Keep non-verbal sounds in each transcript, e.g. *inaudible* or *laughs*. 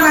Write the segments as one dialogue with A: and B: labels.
A: マ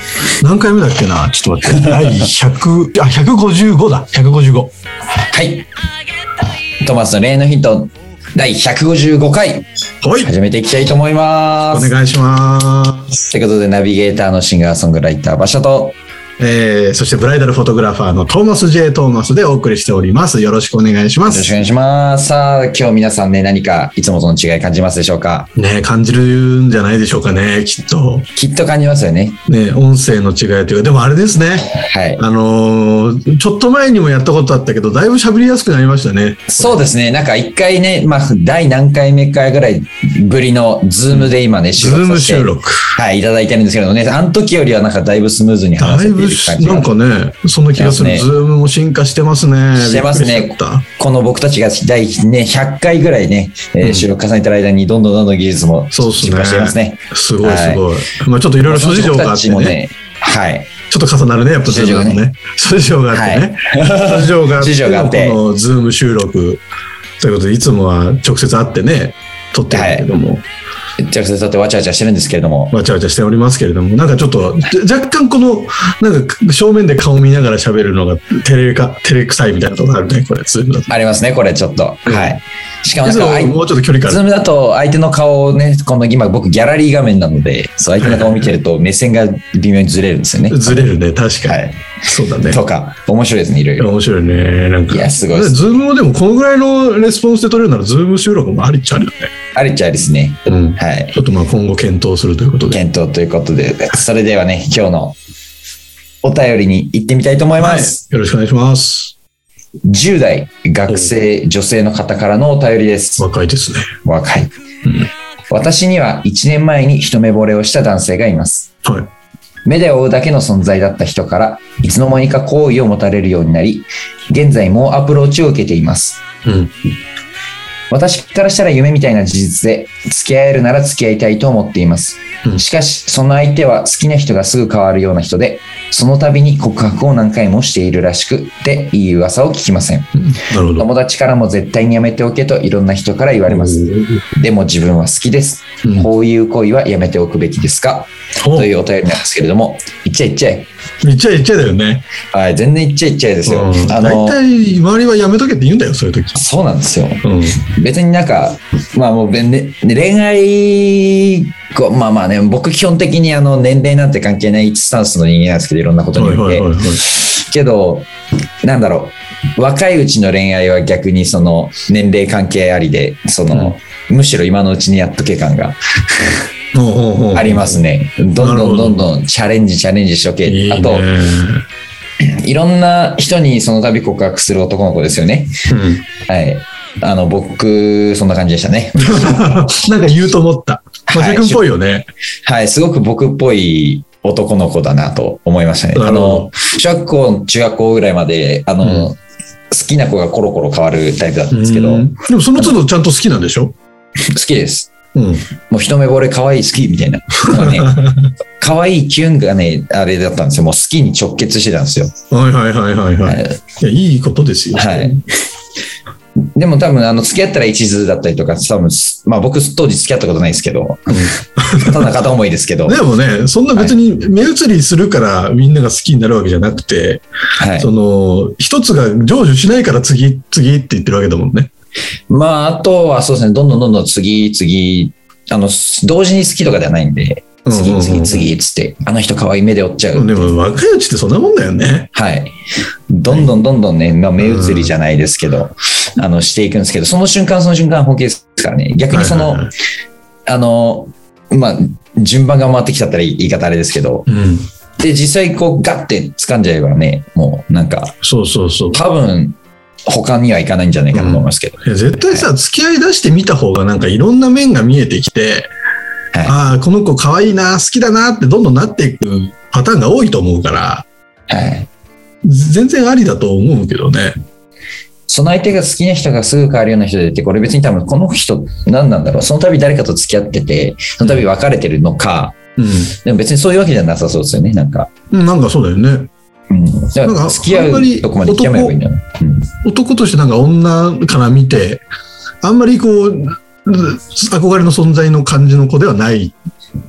B: 何回目だっけなちょっと待って。第100、あ、155だ。155。
C: はい。トーマスの恋愛のヒント、第155回、
B: はい。
C: 始めていきたいと思いま
B: お
C: す。
B: 願いします。
C: ということで、ナビゲーターのシンガーソングライター、馬車と、
B: えー、そしてブライダルフォトグラファーのトーマス J. トーマスでお送りしております。よろしくお願いしま
C: よろしくお
B: す。
C: 願いします。さあ、今日皆さんね、何かいつもとの違い感じますでしょうか
B: ね感じるんじゃないでしょうかね、きっと。
C: きっと感じますよね。
B: ね音声の違いというか、でもあれですね。
C: はい。
B: あのーちょっと前にもやったことあったけど、だいぶ喋りやすくなりましたね。
C: そうですね。なんか一回ね、まあ、第何回目かぐらいぶりのズームで今ね、
B: ズ
C: 収
B: ー
C: 録さ
B: ム
C: せて
B: 収録。
C: はい、いただいてるんですけどね、あの時よりはなんかだいぶスムーズに
B: だ
C: 話せ
B: い
C: てい
B: ぶ
C: る感じが
B: なんかね、そんな気がする。
C: します
B: ズームも進化してますね。
C: してますね
B: びっくりしちゃった
C: この僕たちが第、ね、100回ぐらいね、えー
B: うん
C: 収録重ねてる間にどんどんどんどん技術も
B: そうですね
C: 進化していますね。
B: すごいすごい。まあちょっといろいろ諸事情
C: 僕
B: があ
C: た
B: っ
C: ち
B: て
C: も
B: ね。
C: ね、はい、
B: ちょっと重なるね、やっぱ
C: 諸事情がね
B: ズームのね。諸事情があってね。諸事情があ
C: 諸
B: って、
C: 事情があって
B: このズーム収録ということで、いつもは直接会ってね、撮ってるんだけども、
C: 直接とってわちゃわちゃしてるんですけれども、
B: わちゃわちゃしておりますけれども、なんかちょっと、じゃ若干この、なんか正面で顔見ながら喋るのが照れか、照れくさいみたいなとこあるね、これ、ズームだと。
C: ありますね、これちょっと。
B: うん
C: はい。しかも
B: い
C: なん
B: つも
C: か、あい
B: もうちょっと距離か
C: ズ
B: ら
C: ー。ムだと相手の顔をね、この今僕ギャラリー画面なので、そう相手の顔を見てると目線が微妙にずれるんですよね。
B: ずれるね、確か
C: は
B: に。
C: い。
B: そうだね。
C: とか、面白いですね、いろいろ。
B: 面白いね。なんか。
C: いやすごいっす
B: ズームもでもこのぐらいのレスポンスで取れるなら、ズーム収録もありっちゃあるよね。
C: ありっちゃいですね。
B: うん。
C: はい。
B: ちょっとまあ今後検討するということで。
C: 検討ということで、それではね、今日のお便りに行ってみたいと思います。
B: はいよろしくお願いします。
C: 10代学生女性の方からのお便りです。
B: 若いですね。
C: 若い
B: うん。
C: 私には1年前に一目惚れをした男性がいます。
B: はい。
C: 目で追うだけの存在だった人から、いつの間にか好意を持たれるようになり、現在もアプローチを受けています。
B: うん。
C: 私からしたら夢みたいな事実で、付き合えるなら付き合いたいと思っています
B: う。ん
C: しかし、その相手は好きな人がすぐ変わるような人で、その度に告白を何回もしているらしくて、いい噂を聞きません。
B: なるほど。
C: 友達からも絶対にやめておけといろんな人から言われます。でも自分は好きです。
B: うん。
C: こういう行為はやめておくべきですかというお便りなんですけれども、いっちゃいいっちゃい。
B: おいっちゃいいっちゃいだよね。
C: はい、全然いっちゃいいっちゃいですよ。
B: うん
C: あ
B: 大
C: の、
B: 体、周りはやめとけって言うんだよ、そういう時。
C: そうなんですよ。
B: うん。
C: 別になんか、まあもう、べね、恋愛、こうまあまあね、僕基本的にあの年齢なんて関係ないスタンスの人間なんですけど、いろんなことに
B: は
C: おい
B: い
C: て。
B: はいはいはい。
C: けど、なんだろう、若いうちの恋愛は逆にその年齢関係ありで、その、むしろ今のうちにやっとけ感が
B: ほうほうほう
C: あります。ね。どんど
B: なるほ
C: ん
B: ど
C: どんどんチャレンジチャレンジしとけ。
B: いいね。
C: あと、いろんな人にその度告白する男の子ですよね。
B: うん。
C: はい。あの、僕、そんな感じでした
B: *laughs*
C: ね。
B: なんか言うと思った。マジ君っぽいよね。
C: はい、すごく僕っぽい男の子だなと思いましたね。
B: な
C: あ
B: るほど
C: の、小学校、中学校ぐらいまで、あの、好
B: う
C: きな子がコロコロ変わるタイプだったんですけど、
B: うん
C: 好
B: でもその都度ちゃんと好きなんでしょ
C: きです。
B: うん。
C: もう一目惚れ可愛い好きみたい
B: *laughs*
C: な。もうね可愛いキュンがね、あれだったんですよ。もう好きに直結してたんですよ。
B: はいはいはいはいは。
C: はい
B: い
C: い。
B: や、いいことですよ。
C: はい。でも多分、あの、付き合ったら一途だったりとか、多分、まあ僕当時付き合ったことないですけど、ただ片思いですけ
B: *laughs*
C: ど、
B: でもね、そんな別に目移りするからみんなが好きになるわけじゃなくて、
C: はい。
B: その、一つが成就しないから次、次って言ってるわけだもんね。
C: まあ、あとはそうですね、どんどんどんどん次、次、あの、同時に好きとかではないんで、
B: うんうんう
C: 次、次、
B: ん
C: 次、つって、あの人可愛い目で追っちゃう。
B: でも若いうちってそんなもんだよね。
C: はい。どんどんどんどんね、まあ、目移りじゃないですけど、あの、していくんですけど、その瞬間、その瞬間、本気ですからね。逆にその、
B: はいはいはい
C: あの、まあ、順番が回ってきちゃったら言い方あれですけど、
B: うん。
C: で、実際こう、ガッて掴んじゃえばね、もうなんか、
B: そうそうそう。
C: 多分、他にはいかないんじゃないかなと思いますけど。
B: いや絶対さ、付き合い出してみた方がなんかいろんな面が見えてきて、
C: はい
B: ああ、この子可愛いな、好きだなってどんどんなっていくパターンが多いと思うから、
C: はい。
B: 全然ありだと思うけどね。
C: その相手が好きな人がすぐ変わるような人でって、これ別に多分この人何なんだろう。その度誰かと付き合ってて、その度別れてるのか、でも別にそういうわけじゃなさそうですよね、なんか。
B: うん。なんかそうだよね。
C: うん。だから付き合うとこまで極めればいいんだよ。うん
B: 男としてなんか女から見て、あんまりこう、憧れの存在の感じの子ではない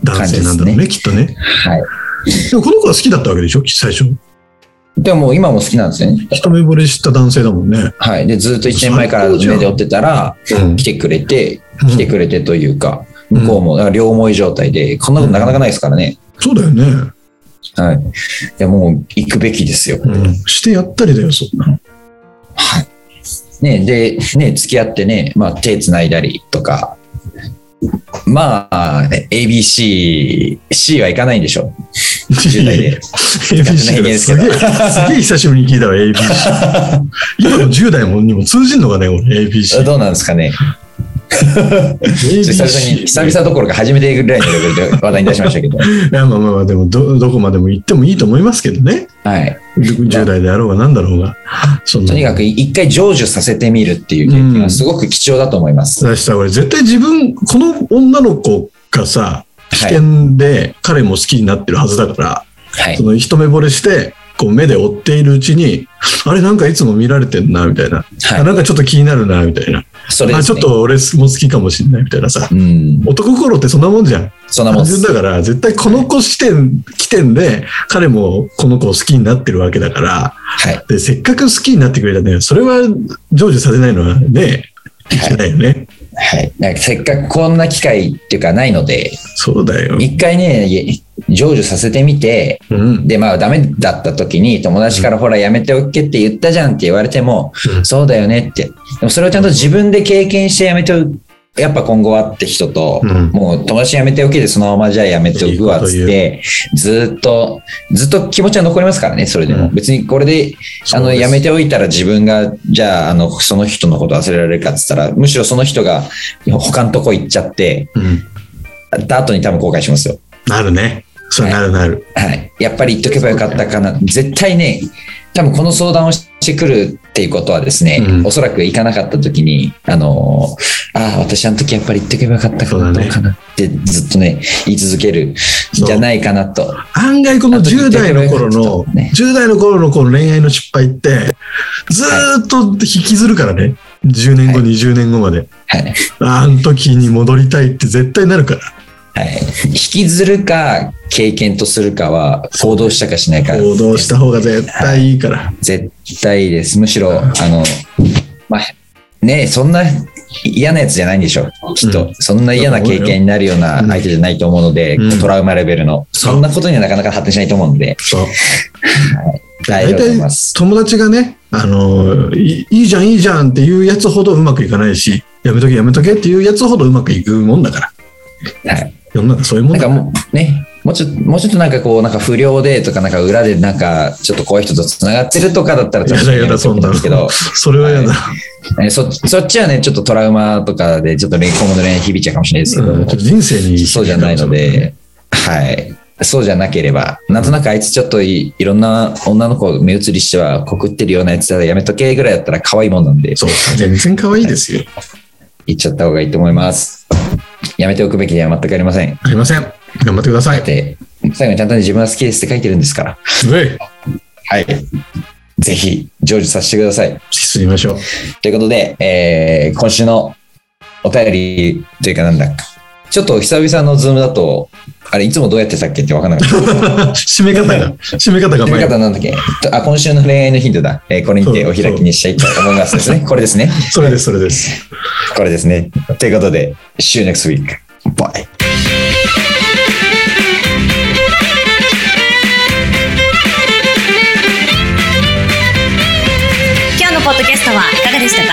B: 男性なんだろうね、きっとね。
C: はい。
B: でもこの子は好きだったわけでしょ、最初。
C: でももう今も好きなんですよね。
B: 一目惚れした男性だもんね。
C: はい。で、ずっと1年前から
B: 最高じゃん
C: 目で追ってたら、
B: うん
C: 来てくれて、
B: うん
C: 来てくれてというか、
B: うん
C: 向こうも、だから両思い状態で、こんなことなかなかないですからね。
B: そうだよね。
C: はい。いや、もう行くべきですよ。
B: うん。してやったりだよ、そんな。
C: はい。ねで、ね付き合ってね、まあ、手つないだりとか、まあ、ABC、C はいかないんでしょ。10代
B: *laughs*
C: で。
B: ABC がすげえ、すげえ久しぶりに聞いたわ、ABC。今の10代もにも通じんのかね、俺、ABC。
C: *laughs* どうなんですかね。久
B: ABC
C: 々に、久々どころか初めてぐらいのレベルで話題に出しました
B: *laughs*
C: けど。
B: いやまあまあまあ、でもど、どこまでも行ってもいいと思いますけどね。
C: はい。
B: 10代であろうがなんだろうが。そんな
C: とにかく一回成就させてみるっていう経験はすごく貴重だと思います。
B: だしさ、俺絶対自分、この女の子がさ、危険で彼も好きになってるはずだから、
C: はい
B: そ。の一目惚れして、こう目で追っているうちに、 *laughs* あれなんかいつも見られてんな、みたいな。あ
C: は
B: なんかちょっと気になるな、みたいな。
C: い。それで
B: あ
C: すね
B: ちょっ。と俺も好きかもしれないみたいなさ。
C: うん。
B: 男心ってそんなもんじゃん。
C: そんなもん
B: 単
C: で
B: 純
C: す。
B: だから、絶対この子視点、起点で、彼もこの子を好きになってるわけだから、
C: はい。
B: で、せっかく好きになってくれたね、それは成就させないのはね、いけないよね。
C: はい。なんかせっかくこんな機会っていうかないので、
B: そうだよ。
C: 一回ね、い成就させてみて、
B: うん。
C: で、まあダメだった時に友達からほらやめておけって言ったじゃんって言われても、
B: うん
C: そうだよねって。でもそれをちゃんと自分で経験してやめておく。やっぱ今後はって人と、
B: うん
C: もう友達やめておけでそのままじゃあやめておくわっつって、ずーっと、ずっと気持ちは残りますからね、それでも。
B: うん
C: 別にこれで、あ
B: そう
C: の、
B: です
C: やめておいたら自分が、じゃあ、あの、その人のこと忘れられるかって言ったら、むしろその人が他のとこ行っちゃって、
B: うん。
C: だ後に多分後悔しますよ。
B: なるね。そうなるなる。
C: はい、やっぱり言っとけばよかったかな、絶対ね、多分この相談をしてくるっていうことはですね、
B: うん
C: おそらく行かなかった時に、あのーああ、私あの時やっぱり言っとけばよかったか
B: そう
C: な、
B: だ
C: ど
B: ね
C: うかなってずっとね、言い続けるんじゃないかなと。
B: 案外この10代の頃の、
C: ね
B: 10代の頃のこの恋愛の失敗って、ずーっと引きずるからね。10年後、
C: はい
B: 20年後まで。
C: はい。
B: あの時に戻りたいって絶対なるから。
C: はい、引きずるか、経験とするかは、行動したかしないか、
B: 行動した方が絶対いいから。
C: 絶対です。むしろ、あの、まあ、ねえそんな嫌なやつじゃないんでしょう。きっと、
B: うん
C: そんな嫌な経験になるような
B: うん
C: 相手じゃないと思うので、
B: うん
C: トラウマレベルの。
B: そう
C: そんなことにはなかなか発展しないと思うんで、
B: そう。
C: 大丈夫だと思い
B: 大体
C: ます。
B: 友達がね、あのー、いいいじゃんいいじゃんっていうやつほどうまくいかないし、やめとけやめとけっていうやつほどうまくいくもんだから。
C: はい。
B: 世の中そういうも
C: なんん
B: だ
C: か
B: から。
C: もう、ね、もうちょっと、もうちょっとなんかこう、なんか不良でとか、なんか裏でなんか、ちょっと怖い人と繋がってるとかだったら、
B: やだやだ、
C: ちょ
B: そ
C: っ
B: ん
C: と思うん
B: なの。
C: ですけど、
B: それはやだ。
C: えそそっちはね、ちょっとトラウマとかで、ちょっと恋今後の恋愛響いちゃうかもしれないですけど、
B: うんちょっと人生に。
C: そうじゃないので、はい。そうじゃなければ、なんとなくあいつちょっといいろんな女の子を目移りしては告ってるようなやつだからやめとけぐらいだったら可愛いもんなんで、
B: そう、全然可愛いですよ。
C: 言っちゃった方がいいと思います。やめておくべきでは全くありません。
B: ありません。頑張ってください。う
C: で、最後にちゃんとね自分は好きですって書いてるんですから、
B: い。
C: はい。ぜひ、成就させてください。
B: 進みま
C: *laughs*
B: しょう。
C: ということで、えー今週のお便りというかなんだちょっと久々のズームだと、あれ、いつもどうやってたっけってわかんなかった。
B: 締め方が、締め方が
C: という
B: 前。
C: 方なんだっけとあ今週の恋愛のヒントだ、えーこれにてお開きにしたいと思いますですね。これですね。
B: それです、それです。
C: これですね。ということで、See you next week. Bye.
A: Podcast 今日のポッドキャストはいかがでしたか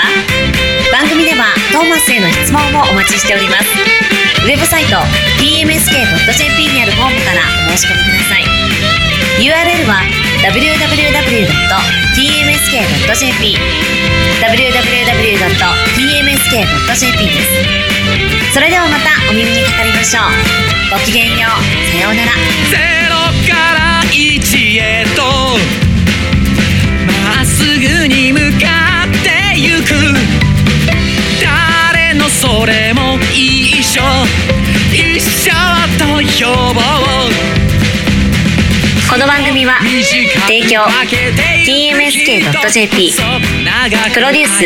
A: 番組ではトーマスへの質問もお待ちしておりますウェブサイト tmsk.jp にあるフォームからお申し込みください URL は www.tmsk.jp www.tmsk.jp ですそれではまたお耳にかかりましょうごきげんようさようなら
D: ゼロから一へとまっすぐに向かってゆそれも一緒一緒と呼ぼう
A: この番組は提供 TMSK.jp プロデュース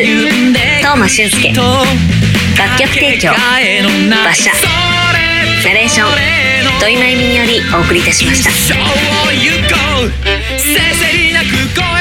A: 東間俊介楽曲提供馬車ナレーション土井真由美によりお送りいたしました
D: 一生を行こうせせりなく心